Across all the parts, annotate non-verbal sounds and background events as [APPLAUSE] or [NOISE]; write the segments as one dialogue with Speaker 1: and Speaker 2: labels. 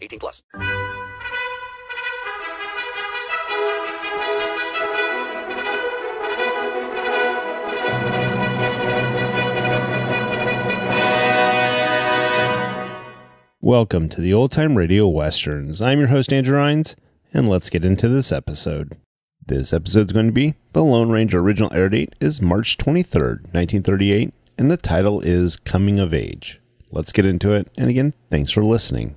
Speaker 1: 18 plus.
Speaker 2: Welcome to the Old Time Radio Westerns. I'm your host, Andrew Rhines, and let's get into this episode. This episode's going to be The Lone Ranger original air date is March 23rd, 1938, and the title is Coming of Age. Let's get into it, and again, thanks for listening.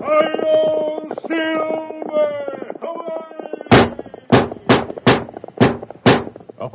Speaker 3: Hello, Silver! A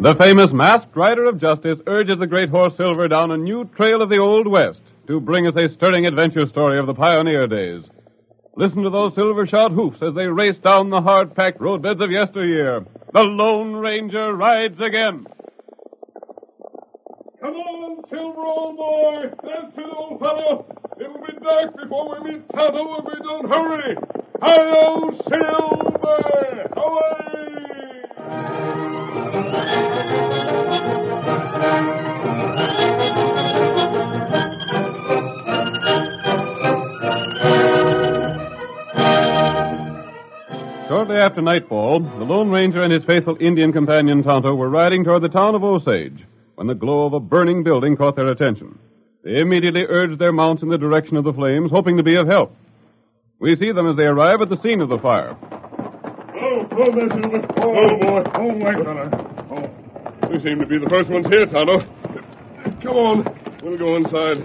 Speaker 3: The famous masked rider of justice urges the great horse Silver down a new trail of the Old West to bring us a stirring adventure story of the pioneer days. Listen to those silver shod hoofs as they race down the hard packed roadbeds of yesteryear. The Lone Ranger rides again. Come on, Silver, old boy. That's it, old fellow. It will be dark before we meet Tonto if we don't hurry. Hi-yo, Silver! Away! Shortly after nightfall, the Lone Ranger and his faithful Indian companion Tonto were riding toward the town of Osage when the glow of a burning building caught their attention. They immediately urged their mounts in the direction of the flames, hoping to be of help. We see them as they arrive at the scene of the fire.
Speaker 4: Oh, oh, this is the oh, boy. Oh, my God. Oh. We seem to be the first ones here, Tonto. Come on. We'll go inside.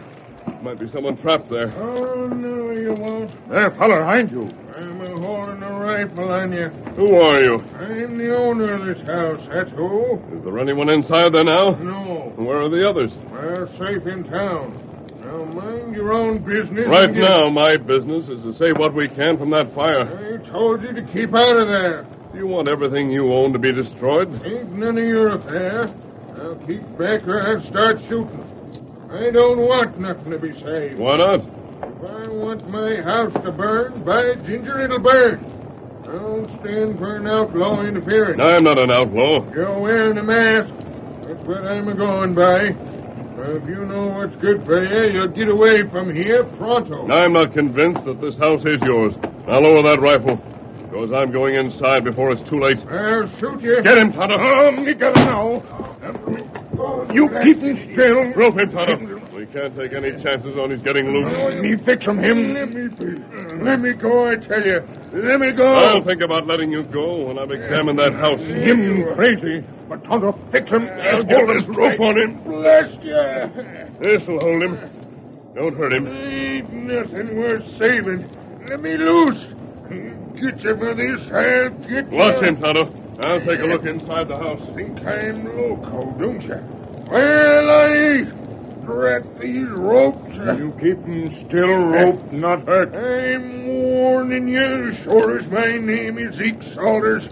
Speaker 4: Might be someone trapped there. Oh, no, you won't. There, fella, behind you. I'm a holding a rifle on you. Who are you? I'm the owner of this house, that's who. Is there anyone inside there now? No. Where are the others? We're safe in town. Now, mind your own business. Right now, my business is to save what we can from that fire. I told you to keep out of there. You want everything you own to be destroyed? Ain't none of your affair. Now keep back or I'll start shooting. I don't want nothing to be saved. Why not? If I want my house to burn, by ginger, it'll burn. I'll stand for an outlaw interference. I'm not an outlaw. You're wearing a mask. That's what I'm a-going by. Well, if you know what's good for you, you'll get away from here pronto. I'm not convinced that this house is yours. Now lower that rifle, because I'm going inside before it's too late. I'll shoot you. Get him, Tonto. Oh, me got him now. You keep him still. Rope him, Tonto. We can't take any chances on his getting loose. Let me fix him, him. Let me, let me go, I tell you. Let me go. I'll think about letting you go when I've examined that house. Him crazy. But Tonto, fix him. I'll get this rope on him. Bless you. This'll hold him. Don't hurt him. Ain't nothing worth saving. Let me loose. Get you by this hand. Get Watch him, Tonto. I'll take a look inside the house. Think I'm loco, don't you? Well, I ain't. Drat these ropes. You keep 'em still roped, not hurt. Eh? I'm warning you, sure as my name is Zeke Salters.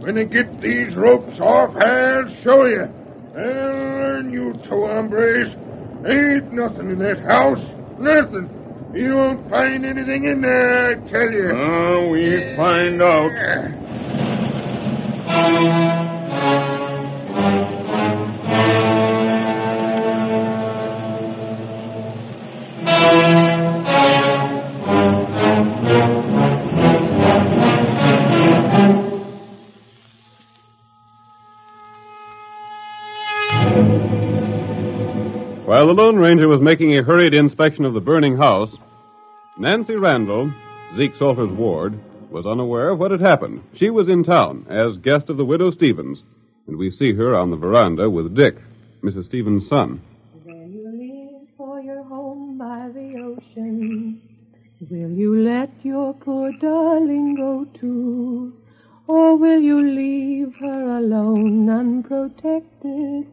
Speaker 4: When I get these ropes off, I'll show you. I'll learn you two hombres. Ain't nothing in that house. Nothing. You won't find anything in there, I tell you. Oh, we find out.
Speaker 3: While the Lone Ranger was making a hurried inspection of the burning house, Nancy Randall, Zeke Salter's ward, was unaware of what had happened. She was in town as guest of the widow Stevens, and we see her on the veranda with Dick, Mrs. Stevens' son.
Speaker 5: When you leave for your home by the ocean, will you let your poor darling go too? Or will you leave her alone, unprotected,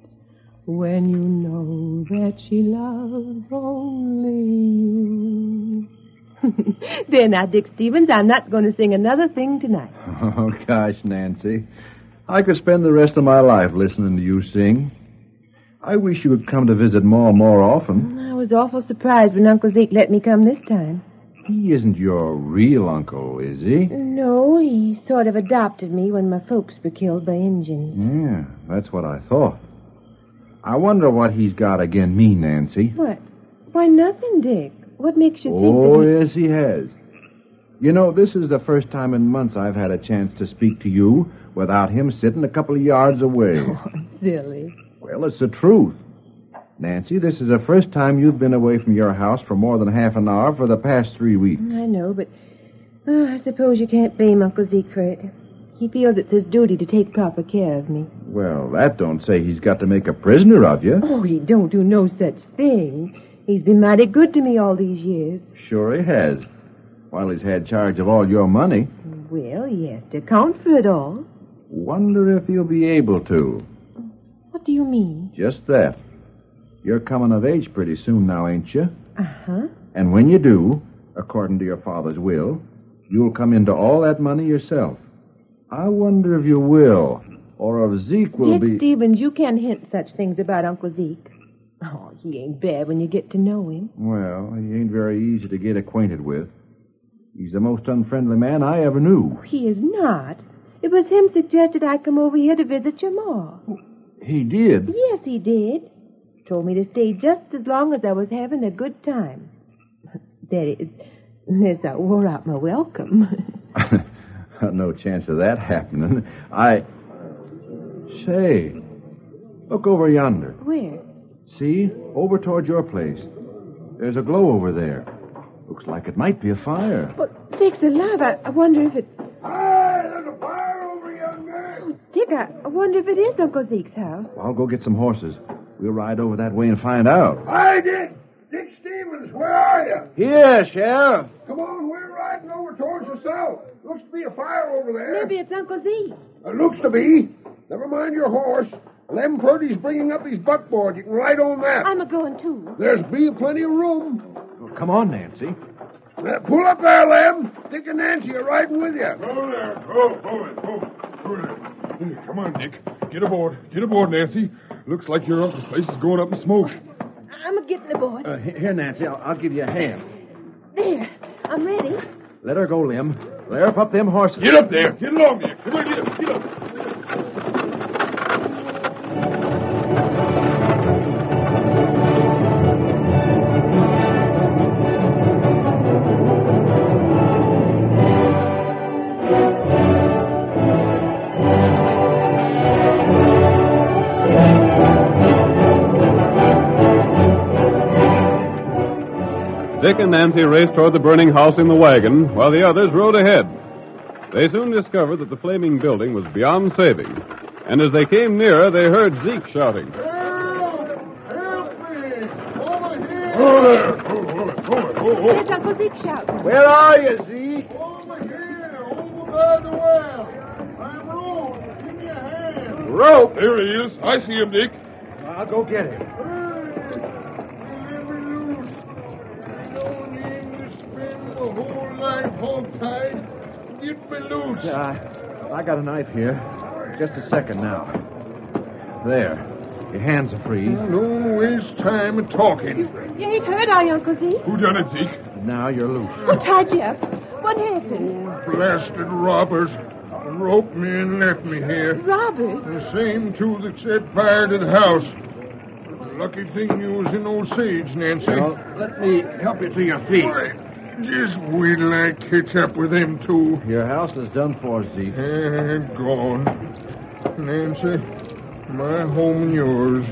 Speaker 5: when you know that she loves only you? [LAUGHS] there now, Dick Stevens, I'm not going to sing another thing tonight.
Speaker 6: [LAUGHS] Oh, gosh, Nancy. I could spend the rest of my life listening to you sing. I wish you would come to visit Ma more often.
Speaker 5: I was awful surprised when Uncle Zeke let me come this time.
Speaker 6: He isn't your real uncle, is he?
Speaker 5: No, he sort of adopted me when my folks were killed by Injuns.
Speaker 6: Yeah, that's what I thought. I wonder what he's got again me, Nancy.
Speaker 5: What? Why, nothing, Dick. What makes you think
Speaker 6: Oh,
Speaker 5: that he...
Speaker 6: yes, he has. You know, this is the first time in months I've had a chance to speak to you without him sitting a couple of yards away.
Speaker 5: Silly.
Speaker 6: Well, it's the truth. Nancy, this is the first time you've been away from your house for more than half an hour for the past three weeks.
Speaker 5: I know, but uh, I suppose you can't blame Uncle Zeke for it. He feels it's his duty to take proper care of me.
Speaker 6: Well, that don't say he's got to make a prisoner of you.
Speaker 5: Oh, he don't do no such thing. He's been mighty good to me all these years.
Speaker 6: Sure he has. While he's had charge of all your money.
Speaker 5: Well, he has to account for it all.
Speaker 6: Wonder if he'll be able to.
Speaker 5: What do you mean?
Speaker 6: Just that. You're coming of age pretty soon now, ain't you?
Speaker 5: Uh-huh.
Speaker 6: And when you do, according to your father's will, you'll come into all that money yourself. I wonder if you will. or of Zeke will
Speaker 5: Dick
Speaker 6: be.
Speaker 5: Stevens, you can't hint such things about Uncle Zeke. Oh, he ain't bad when you get to know him.
Speaker 6: Well, he ain't very easy to get acquainted with. He's the most unfriendly man I ever knew.
Speaker 5: He is not. It was him suggested I come over here to visit your ma.
Speaker 6: He did. [LAUGHS]
Speaker 5: Yes, he did. Told me to stay just as long as I was having a good time. [LAUGHS] That is, unless I wore out my welcome. [LAUGHS]
Speaker 6: no chance of that happening. I. Say, look over yonder.
Speaker 5: Where?
Speaker 6: See, over toward your place. There's a glow over there. Looks like it might be a fire.
Speaker 5: Well, Dick's alive. I, I wonder if it. Hey, there's a fire over yonder. Dick, I, I wonder if it is Uncle Zeke's house.
Speaker 6: I'll go get some horses. We'll ride over that way and find out.
Speaker 7: I did. Dick Stevens, where are you?
Speaker 6: Here, Sheriff.
Speaker 7: Come on, we're riding over towards the south. Looks to be a fire over there.
Speaker 5: Maybe it's Uncle Zeke.
Speaker 7: It looks to be. Never mind your horse. Lem Purdy's bringing up his buckboard. You can ride on that.
Speaker 5: I'm a going too.
Speaker 7: There's be plenty of room.
Speaker 6: Well, come on, Nancy.
Speaker 7: Uh, pull up there, Lem. Dick and Nancy are riding with you.
Speaker 4: Go there. Go, go, go. go there. Come on, Dick. Get aboard. Get aboard, Nancy. Looks like your uncle's place is going up in smoke.
Speaker 5: I'm a getting aboard.
Speaker 6: Uh, he- here, Nancy, I'll, I'll give you a hand.
Speaker 5: There. I'm ready.
Speaker 6: Let her go, Lim. Lair up them horses.
Speaker 4: Get up there. Get along there. Come on, get up. Get up.
Speaker 3: Dick and Nancy raced toward the burning house in the wagon, while the others rode ahead. They soon discovered that the flaming building was beyond saving, and as they came nearer, they heard Zeke shouting.
Speaker 4: Go there. Go, go, there. go, there. go, go.
Speaker 5: There's Uncle Zeke shouting.
Speaker 6: Where are you, Zeke?
Speaker 4: Over here. Over by the well. I'm Rope. Give me a hand.
Speaker 6: Rope.
Speaker 4: There he is. I see him, Dick.
Speaker 6: I'll go get him.
Speaker 4: Get me loose.
Speaker 6: Yeah, I, I got a knife here. Just a second now. There. Your hands are free.
Speaker 4: Don't waste time talking.
Speaker 5: You ain't hurt, are you, Uncle Zeke?
Speaker 4: Who done it, Zeke?
Speaker 6: Now you're loose.
Speaker 5: What tied you up? What happened?
Speaker 4: Blasted robbers. Roped me and left me here.
Speaker 5: Robbers.
Speaker 4: The same two that set fire to the house. Lucky thing you was in Osage, Nancy.
Speaker 6: let me help you to your feet.
Speaker 4: Why, just wait till I catch up with them two.
Speaker 6: Your house is done for, Zeke.
Speaker 4: And gone. Nancy, my home and yours.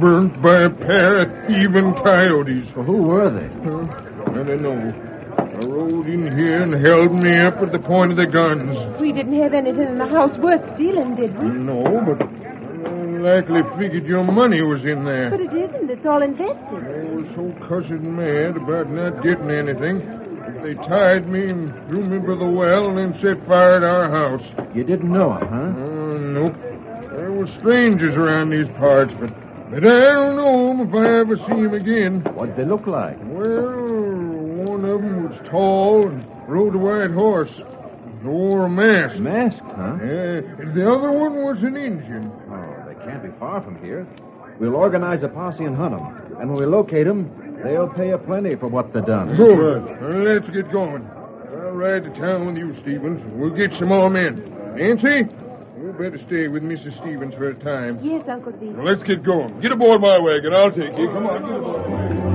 Speaker 4: Burnt by a pair of thieving coyotes.
Speaker 6: Well, who were they?
Speaker 4: Huh? I don't know. I rode in here and held me up at the point of the guns.
Speaker 5: We didn't have anything in the house worth stealing, did we?
Speaker 4: No, but I likely figured your money was
Speaker 5: But
Speaker 4: in there.
Speaker 5: it isn't. It's all invested.
Speaker 4: I was so cussed mad about not getting anything. They tied me and threw me by the well and then set fire to our house.
Speaker 6: You didn't know him, huh?
Speaker 4: Oh, nope. There were strangers around these parts, but, but I don't know 'em if I ever see 'em again.
Speaker 6: What'd they look like?
Speaker 7: Hmm,
Speaker 4: Well, one of 'em was tall and rode a white horse. Wore a mask.
Speaker 6: Masked, huh?
Speaker 4: Uh, the other one was an Indian.
Speaker 6: Oh, they can't be far from here. We'll organize a posse and hunt 'em. And when we locate 'em, they'll pay a plenty for what they done.
Speaker 4: Good. Let's get going. I'll ride to town with you, Stevens. We'll get some more men. Nancy, you better stay with Mrs. Stevens for a time.
Speaker 5: Yes, Uncle Zeke.
Speaker 4: Now, let's get going. Get aboard my wagon. I'll take you. Come on, get aboard.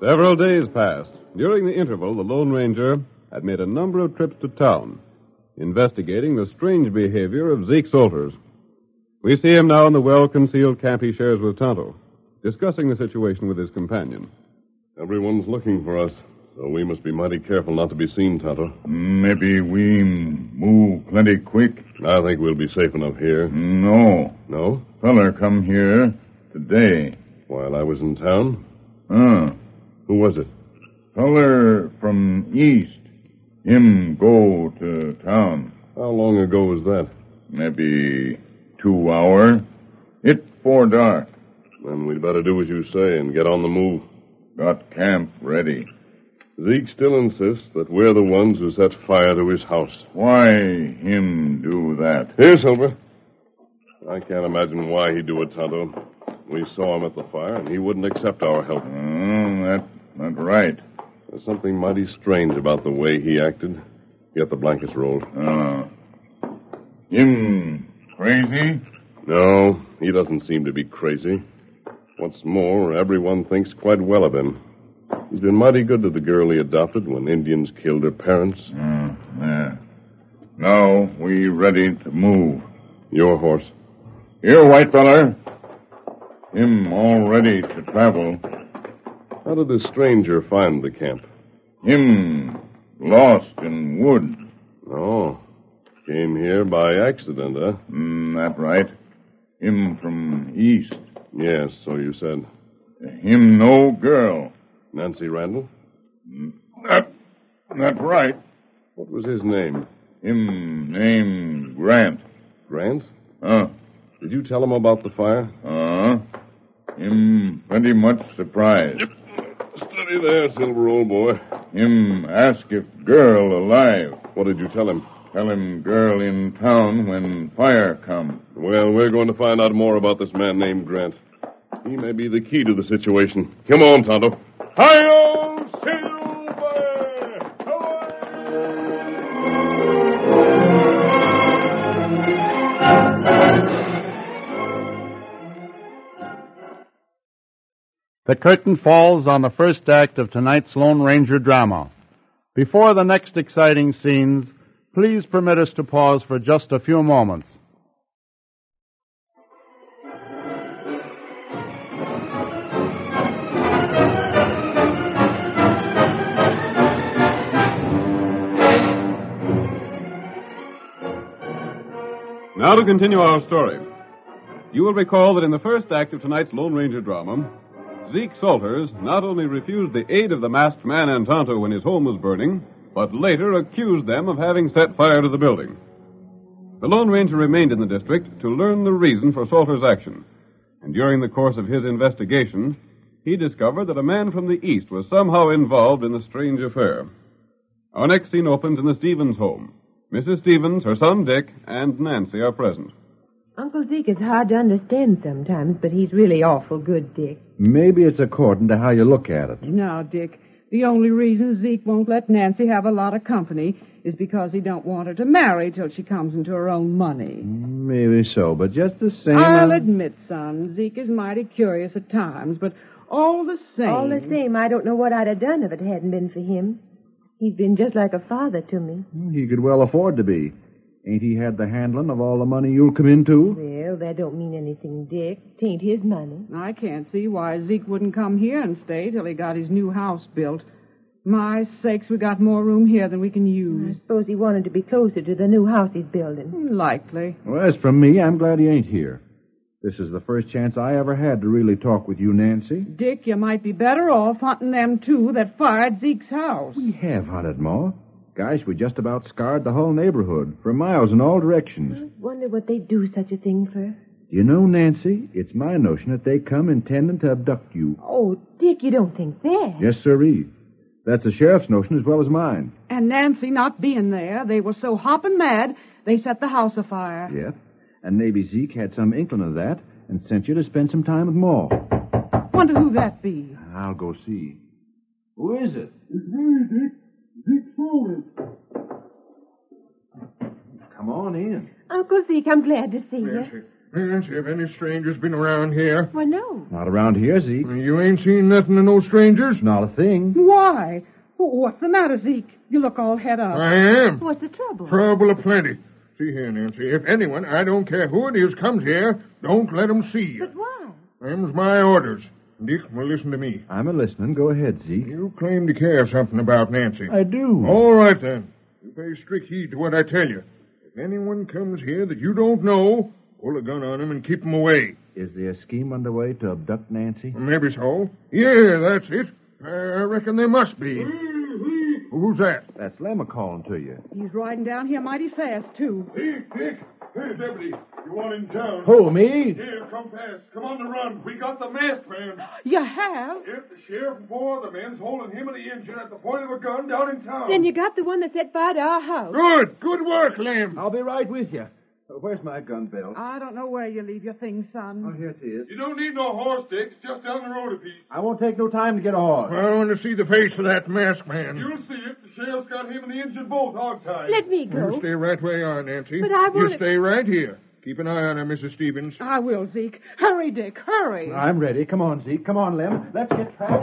Speaker 3: Several days passed. During the interval, the Lone Ranger had made a number of trips to town, investigating the strange behavior of Zeke Salters. We see him now in the well concealed camp he shares with Tonto, discussing the situation with his companion.
Speaker 7: Everyone's looking for us, so we must be mighty careful not to be seen, Tonto.
Speaker 4: Maybe we move plenty quick.
Speaker 7: I think we'll be safe enough here.
Speaker 4: No.
Speaker 7: No?
Speaker 4: Feller come here today.
Speaker 7: While I was in town?
Speaker 4: Uh,
Speaker 7: Who was it?
Speaker 8: Feller from east. Him go to town.
Speaker 7: How long ago was that?
Speaker 8: Maybe two hour. It for dark.
Speaker 7: Then we'd better do as you say and get on the move.
Speaker 8: Got camp ready.
Speaker 7: Zeke still insists that we're the ones who set fire to his house.
Speaker 8: Why him do that?
Speaker 7: Here, Silver. I can't imagine why he'd do it, Tonto. We saw him at the fire, and he wouldn't accept our help.
Speaker 8: Mm, that, that right.
Speaker 7: There's something mighty strange about the way he acted. Get the blankets rolled.
Speaker 8: Uh, him crazy?
Speaker 7: No, he doesn't seem to be crazy. What's more, everyone thinks quite well of him. He's been mighty good to the girl he adopted when Indians killed her parents.
Speaker 8: Mm, yeah. Now we ready to move.
Speaker 7: Your horse.
Speaker 8: Here, white feller. Him all ready to travel.
Speaker 7: How did the stranger find the camp?
Speaker 8: Him lost in wood.
Speaker 7: Oh. Came here by accident, huh?
Speaker 8: Mm, that right. Him from east.
Speaker 7: Yes, so you said.
Speaker 8: Him no girl.
Speaker 7: Nancy Randall?
Speaker 8: Mm, That, that right.
Speaker 7: What was his name?
Speaker 8: Him name Grant.
Speaker 7: Grant?
Speaker 8: Huh.
Speaker 7: Did you tell him about the fire?
Speaker 8: Uh-huh. Him pretty much surprised. Yep.
Speaker 7: Steady there, Silver, old boy.
Speaker 8: Him ask if girl alive.
Speaker 7: What did you tell him?
Speaker 8: Tell him girl in town when fire come.
Speaker 7: Well, we're going to find out more about this man named Grant. He may be the key to the situation. Come on, Tonto.
Speaker 4: Hi-yo, Silver!
Speaker 9: The curtain falls on the first act of tonight's Lone Ranger drama. Before the next exciting scenes, please permit us to pause for just a few moments.
Speaker 3: Now to continue our story. You will recall that in the first act of tonight's Lone Ranger drama, Zeke Salters not only refused the aid of the masked man and Tonto when his home was burning, but later accused them of having set fire to the building. The Lone Ranger remained in the district to learn the reason for Salter's action, and during the course of his investigation, he discovered that a man from the east was somehow involved in the strange affair. Our next scene opens in the Stevens home. Mrs. Stevens, her son Dick, and Nancy are present.
Speaker 10: Uncle Zeke is hard to understand sometimes, but he's really awful good, Dick.
Speaker 6: Maybe it's according to how you look at it.
Speaker 11: Now, Dick, the only reason Zeke won't let Nancy have a lot of company is because he don't want her to marry till she comes into her own money.
Speaker 6: Maybe so, but just the same.
Speaker 11: I'll
Speaker 6: I-
Speaker 11: admit, son, Zeke is mighty curious at times, but all the same.
Speaker 10: All the same, I don't know what I'd have done if it hadn't been for him. He's been just like a father to me.
Speaker 6: He could well afford to be. Ain't he had the handling of all the money you'll come into?
Speaker 10: Well, that don't mean anything, Dick. Tain't his money.
Speaker 11: I can't see why Zeke wouldn't come here and stay till he got his new house built. My sakes, we got more room here than we can use.
Speaker 10: I suppose he wanted to be closer to the new house he's building.
Speaker 11: Likely.
Speaker 6: Well, as for me, I'm glad he ain't here. This is the first chance I ever had to really talk with you, Nancy.
Speaker 11: Dick, you might be better off hunting them two that fired Zeke's house.
Speaker 6: We have hunted, Ma. Gosh, we just about scarred the whole neighborhood for miles in all directions.
Speaker 10: Wonder what they do such a thing for.
Speaker 6: You know, Nancy, it's my notion that they come intending to abduct you.
Speaker 10: Oh, Dick, you don't think that.
Speaker 6: Yes, sirree. That's the sheriff's notion as well as mine.
Speaker 11: And Nancy not being there, they were so hopping mad, they set the house afire.
Speaker 6: Yep. And maybe Zeke had some inkling of that and sent you to spend some time with Ma.
Speaker 11: Wonder who that be.
Speaker 6: I'll go see. Who is it?
Speaker 12: It's me, Dick. Dick Foley.
Speaker 6: Come on in.
Speaker 10: Uncle Zeke, I'm glad to see you.
Speaker 4: Nancy, have any strangers been around here?
Speaker 10: Why, no.
Speaker 6: Not around here, Zeke.
Speaker 4: You ain't seen nothing of no strangers?
Speaker 6: Not a thing.
Speaker 11: Why? W- What's the matter, Zeke? You look all head up.
Speaker 4: I am.
Speaker 10: What's the trouble?
Speaker 4: Trouble aplenty. See here, Nancy. If anyone, I don't care who it is, comes here, don't let 'em see you.
Speaker 10: But why?
Speaker 4: Them's my orders. Dick, well, listen to me.
Speaker 6: I'm a listening. Go ahead, Zeke.
Speaker 4: You claim to care something about Nancy.
Speaker 6: I do.
Speaker 4: All right, then. You pay strict heed to what I tell you. If anyone comes here that you don't know, pull a gun on 'em and keep 'em away.
Speaker 6: Is there a scheme underway to abduct Nancy?
Speaker 4: Maybe so. Yeah, that's it. I reckon they must be. Who's that?
Speaker 13: That's Lemma calling to you.
Speaker 11: He's riding down here mighty fast, too.
Speaker 4: Dick, Dick. Hey, deputy. You want in town?
Speaker 13: Who, me?
Speaker 4: Here, come fast. Come on the run. We got the masked man.
Speaker 11: You have?
Speaker 4: If the sheriff and four other men's holding him and the engine at the point of a gun down in town.
Speaker 5: Then you got the one that set fire to our house.
Speaker 4: Good. Good work, Lem.
Speaker 13: I'll be right with you. Uh, Where's my gun belt?
Speaker 11: I don't know where you leave your things, son.
Speaker 13: Oh, here it is.
Speaker 4: You don't need no horse, Dick. It's just down the road a piece.
Speaker 13: I won't take no time to get a horse.
Speaker 4: I want to see the face of that masked man. You'll see it. The sheriff's got him and the engine both hogtied.
Speaker 5: Let me go.
Speaker 4: You stay right where you are, Nancy.
Speaker 5: But I
Speaker 4: You
Speaker 5: wanna-
Speaker 4: stay right here. Keep an eye on her, Mrs. Stevens.
Speaker 11: I will, Zeke. Hurry, Dick, hurry.
Speaker 13: I'm ready. Come on, Zeke. Come on, Lem. Let's get trapped.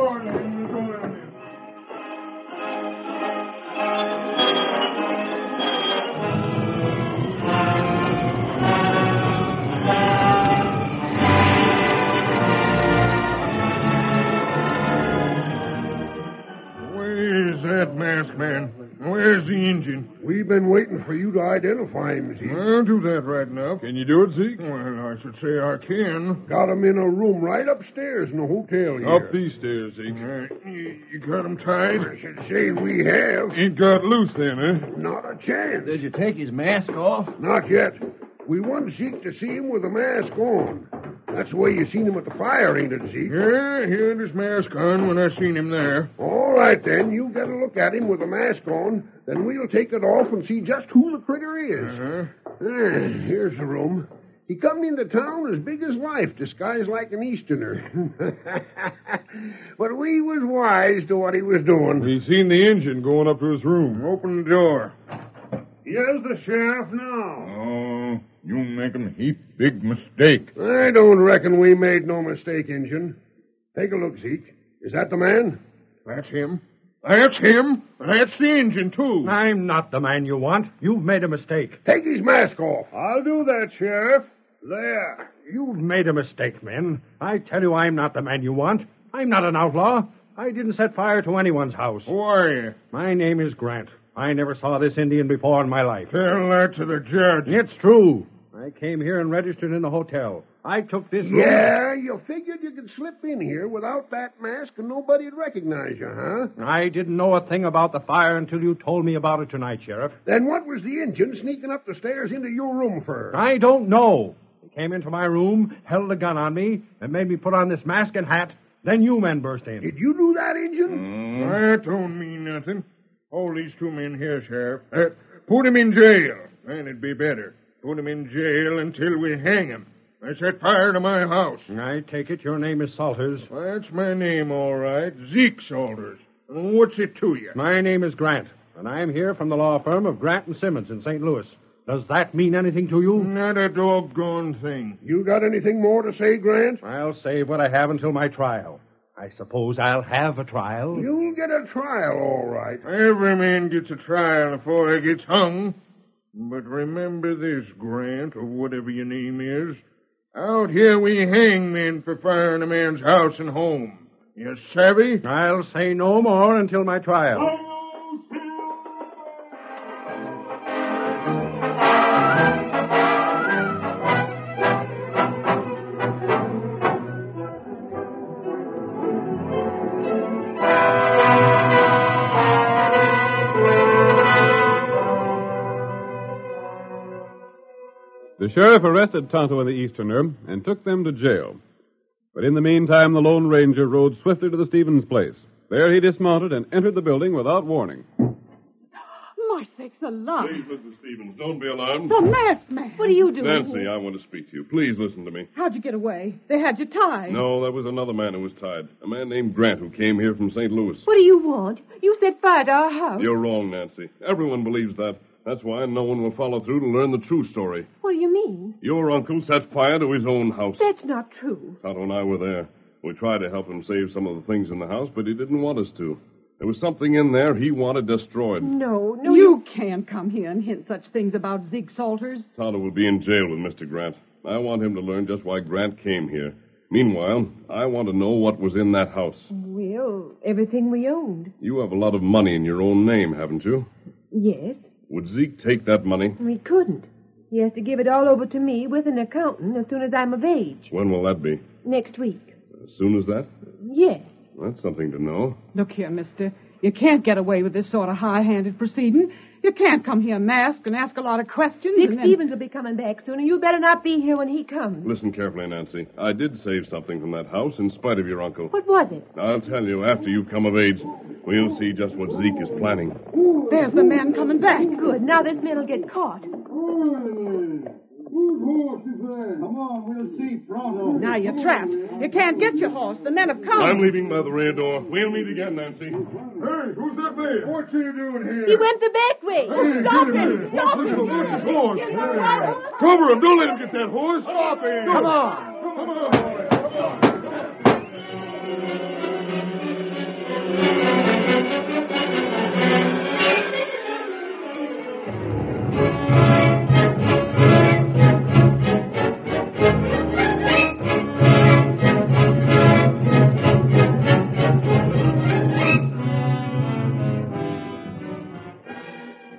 Speaker 4: Where's that masked man? Where's the engine? We've been waiting for you to identify him, Zeke. I'll do that right now. Can you do it, Zeke? Well, I should say I can.
Speaker 8: Got him in a room right upstairs in the hotel here.
Speaker 4: Up these stairs, Zeke. you, you got him tied? I should
Speaker 8: say we have.
Speaker 4: Ain't got loose then, eh?
Speaker 8: Not a chance.
Speaker 13: Did you take his mask off?
Speaker 8: Not yet. We wanted Zeke to see him with a mask on. That's the way you seen him at the fire, ain't it, Zeke?
Speaker 4: Yeah, he had his mask on when I seen him there.
Speaker 8: All right, then. You get a look at him with a mask on, then we'll take it off and see just who the critter is.
Speaker 4: Uh-huh.
Speaker 8: Ah, here's the room. He come into town as big as life, disguised like an Easterner. [LAUGHS] but we was wise to what he was doing.
Speaker 4: He seen the engine going up to his room. Open the door.
Speaker 8: Here's the sheriff now.
Speaker 4: Oh, you making a heap big mistake.
Speaker 8: I don't reckon we made no mistake, Injun. Take a look, Zeke. Is that the man?
Speaker 4: That's him. That's him. That's the engine, too.
Speaker 13: I'm not the man you want. You've made a mistake.
Speaker 8: Take his mask off.
Speaker 13: I'll do that, Sheriff.
Speaker 8: There.
Speaker 13: You've made a mistake, men. I tell you, I'm not the man you want. I'm not an outlaw. I didn't set fire to anyone's house.
Speaker 4: Who are you?
Speaker 13: My name is Grant. I never saw this Indian before in my life.
Speaker 4: Tell that to the judge.
Speaker 13: It's true. I came here and registered in the hotel. I took this room.
Speaker 8: Yeah, you figured you could slip in here without that mask and nobody'd recognize you, huh?
Speaker 13: I didn't know a thing about the fire until you told me about it tonight, Sheriff.
Speaker 8: Then what was the engine sneaking up the stairs into your room for?
Speaker 13: I don't know. They came into my room, held a gun on me, and made me put on this mask and hat. Then you men burst in.
Speaker 8: Did you do that, engine?
Speaker 4: That don't mean nothing. Hold these two men here, Sheriff. Uh, put 'em in jail. And it'd be better. Put 'em in jail until we hang 'em. They set fire to my house.
Speaker 13: I take it your name is Salters.
Speaker 4: That's my name, all right. Zeke Salters. What's it to you?
Speaker 13: My name is Grant, and I'm here from the law firm of Grant and Simmons in St. Louis. Does that mean anything to you?
Speaker 4: Not a doggone thing.
Speaker 8: You got anything more to say, Grant?
Speaker 13: I'll save what I have until my trial. I suppose I'll have a trial.
Speaker 8: You'll get a trial, all right.
Speaker 4: Every man gets a trial before he gets hung. But remember this, Grant, or whatever your name is. Out here we hang men for firing a man's house and home. You savvy?
Speaker 13: I'll say no more until my trial.
Speaker 3: The sheriff arrested Tonto and the Easterner and took them to jail. But in the meantime, the Lone Ranger rode swiftly to the Stevens place. There he dismounted and entered the building without warning.
Speaker 11: My sakes alive.
Speaker 7: Please, Mrs. Stevens, don't be alarmed.
Speaker 11: The masked man. What are you doing?
Speaker 7: Nancy, I want to speak to you. Please listen to me.
Speaker 11: How'd you get away? They had you tied.
Speaker 7: No, there was another man who was tied. A man named Grant who came here from St. Louis.
Speaker 5: What do you want? You set fire to our
Speaker 11: Oh.
Speaker 5: house.
Speaker 7: You're wrong, Nancy. Everyone believes that. That's why no one will follow through to learn the true story.
Speaker 5: What do you mean?
Speaker 7: Your uncle set fire to his own house.
Speaker 5: That's not true.
Speaker 7: Tonto and I were there. We tried to help him save some of the things in the house, but he didn't want us to. There was something in there he wanted destroyed.
Speaker 5: No, no.
Speaker 11: You can't come here and hint such things about Zeke Salters.
Speaker 7: Tonto will be in jail with Mr. Grant. I want him to learn just why Grant came here. Meanwhile, I want to know what was in that house.
Speaker 5: Well, everything we owned.
Speaker 7: You have a lot of money in your own name, haven't you?
Speaker 5: Yes,
Speaker 7: Would Zeke take that money?
Speaker 5: we couldn't. He has to give it all over to me with an accountant as soon as I'm of age.
Speaker 7: When will that be?
Speaker 5: Next week.
Speaker 7: As soon as that?
Speaker 5: Yes,
Speaker 7: That's something to know.
Speaker 11: Look here, mister. You can't get away with this sort of high-handed proceeding. You can't come here masked and ask a lot of questions.
Speaker 10: Dick
Speaker 11: and then-
Speaker 10: Stevens will be coming back soon, and you better not be here when he comes.
Speaker 7: Listen carefully, Nancy. I did save something from that house in spite of your uncle.
Speaker 10: What was it?
Speaker 7: I'll tell you after you come of age. We'll see just what Zeke is planning.
Speaker 11: There's the man coming back.
Speaker 10: Good. Now this man will get caught.
Speaker 12: Whose horse is that? Come on, we'll see pronto.
Speaker 11: Now you're trapped. You can't get your horse. The men have come.
Speaker 7: I'm leaving by the rear door. We'll meet again, Nancy.
Speaker 4: Hey, who's that man? What's he doing here?
Speaker 10: He went the back way.
Speaker 4: Hey,
Speaker 10: Stop
Speaker 4: get
Speaker 10: him. Stop
Speaker 4: Look
Speaker 10: him.
Speaker 4: at him, look at his horse.
Speaker 10: Get him
Speaker 4: Hey.
Speaker 10: out.
Speaker 4: Cover him. Don't let him get that horse. Stop him.
Speaker 12: Come on.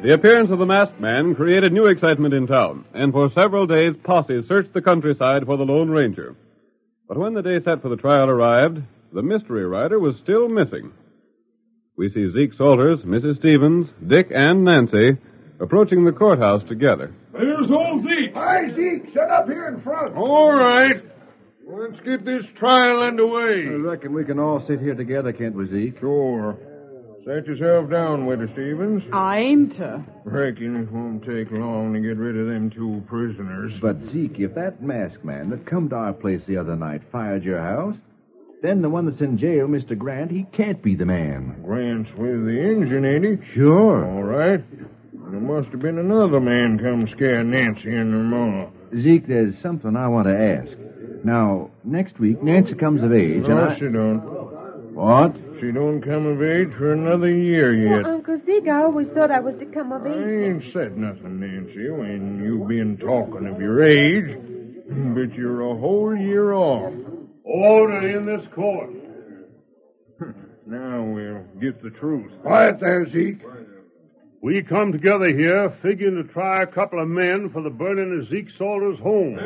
Speaker 3: The appearance of the masked man created new excitement in town, and for several days posses searched the countryside for the Lone Ranger. But when the day set for the trial arrived, the mystery rider was still missing. We see Zeke Salters, Mrs. Stevens, Dick, and Nancy approaching the courthouse together.
Speaker 4: There's old Zeke.
Speaker 8: Hi, Zeke. Set up here in front.
Speaker 4: All right. Let's get this trial underway. I
Speaker 6: reckon we can all sit here together, can't we, Zeke?
Speaker 4: Sure. Set yourself down, Widow Stevens.
Speaker 11: I aim to.
Speaker 4: Reckon it won't take long to get rid of them two prisoners.
Speaker 6: But, Zeke, if that masked man that come to our place the other night fired your house, then the one that's in jail, Mr. Grant, he can't be the man.
Speaker 4: Grant's with the engine, ain't he?
Speaker 6: Sure.
Speaker 4: All right. There must have been another man come scare Nancy and her ma.
Speaker 6: Zeke, there's something I want to ask. Now, next week, Nancy comes of age, and
Speaker 4: no,
Speaker 6: I...
Speaker 4: she don't.
Speaker 6: What?
Speaker 4: She don't come of age for another year
Speaker 10: Well,
Speaker 4: yet.
Speaker 10: Uncle Zeke, I always thought I was to come of
Speaker 4: I
Speaker 10: age.
Speaker 4: ain't said nothing, Nancy, when you been talking of your age, but you're a whole year off. Order in this court. now we'll get the truth.
Speaker 8: Quiet there, Zeke.
Speaker 14: We come together here figuring to try a couple of men for the burning of Zeke Salters' home.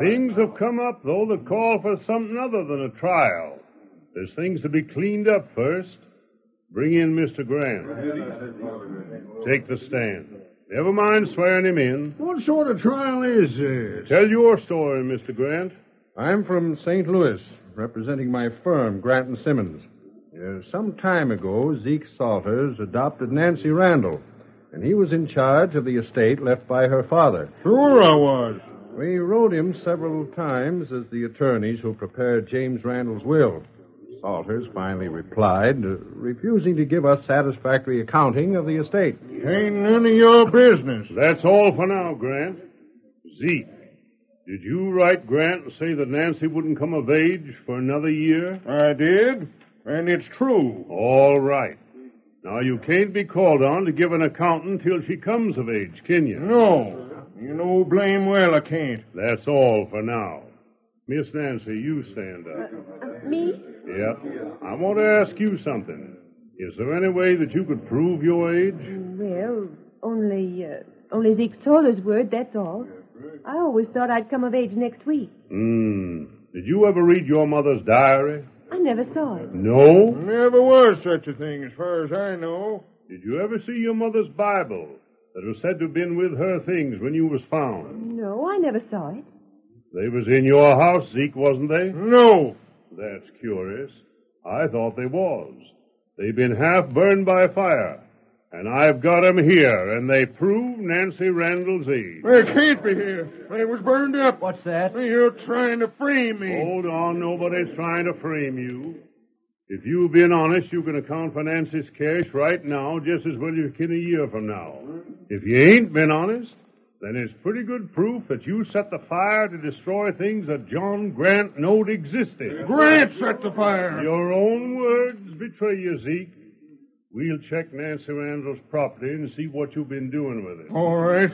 Speaker 14: Things have come up, though, that call for something other than a trial. There's things to be cleaned up first. Bring in Mr. Graham. Take the stand. Never mind swearing him in.
Speaker 4: What sort of trial is this?
Speaker 14: Tell your story, Mr. Grant.
Speaker 13: I'm from St. Louis, representing my firm, Grant and Simmons. Uh, some time ago, Zeke Salters adopted Nancy Randall, and he was in charge of the estate left by her father.
Speaker 4: Sure I was.
Speaker 13: We wrote him several times as the attorneys who prepared James Randall's will. Salters finally replied, uh, refusing to give us satisfactory accounting of the estate.
Speaker 4: Ain't none of your business.
Speaker 14: That's all for now, Grant. Zeke, did you write Grant and say that Nancy wouldn't come of age for another year?
Speaker 4: I did, and it's true.
Speaker 14: All right. Now, you can't be called on to give an account until she comes of age, can you?
Speaker 4: No. You know blame well I can't.
Speaker 14: That's all for now. Miss Nancy, you stand up.
Speaker 10: Uh, Me?
Speaker 14: Yep. I want to ask you something. Is there any way that you could prove your age?
Speaker 10: Well, only, uh, only Zeke Salter's word, that's all. I always thought I'd come of age next week.
Speaker 14: Hmm. Did you ever read your mother's diary?
Speaker 10: I never saw it.
Speaker 14: No.
Speaker 4: Never was such a thing as far as I know.
Speaker 14: Did you ever see your mother's Bible that was said to have been with her things when you was found?
Speaker 10: No, I never saw it.
Speaker 14: They was in your house, Zeke, wasn't they?
Speaker 4: No.
Speaker 14: That's curious. I thought they was. They've been half burned by fire. And I've got 'em here, and they prove Nancy Randall's age.
Speaker 4: It can't be here. It was burned up.
Speaker 6: What's that?
Speaker 4: You're trying to frame me.
Speaker 14: Hold on, nobody's trying to frame you. If you've been honest, you can account for Nancy's cash right now just as well you can a year from now. If you ain't been honest, then it's pretty good proof that you set the fire to destroy things that John Grant knowed existed.
Speaker 4: Grant set the fire.
Speaker 14: Your own words betray you, Zeke. We'll check Nancy Randall's property and see what you've been doing with it.
Speaker 4: All right.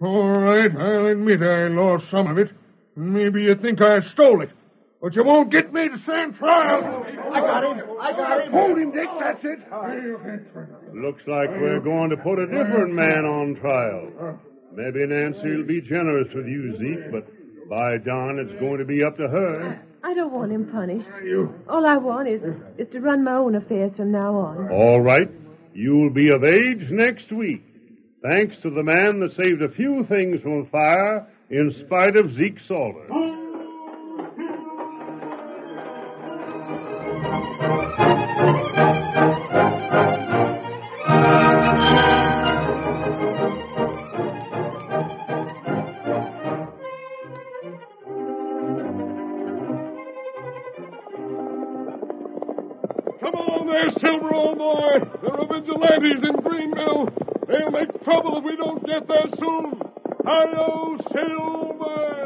Speaker 4: All right, I'll admit I lost some of it. Maybe you think I stole it. But you won't get me to stand trial.
Speaker 8: I got him. I got him. Hold him, Dick. That's it.
Speaker 14: Looks like we're going to put a different man on trial. Maybe Nancy will be generous with you, Zeke, but by darn, it's going to be up to her.
Speaker 10: I don't want him punished.
Speaker 4: you?
Speaker 10: All I want is is to run my own affairs from now on.
Speaker 14: All right. You'll be of age next week, thanks to the man that saved a few things from fire in spite of Zeke Salter.
Speaker 7: Come on there, Silver, old boy. There are vigilantes in Greenville. They'll make trouble if we don't get there soon. Hi-yo, Silver!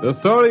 Speaker 3: The story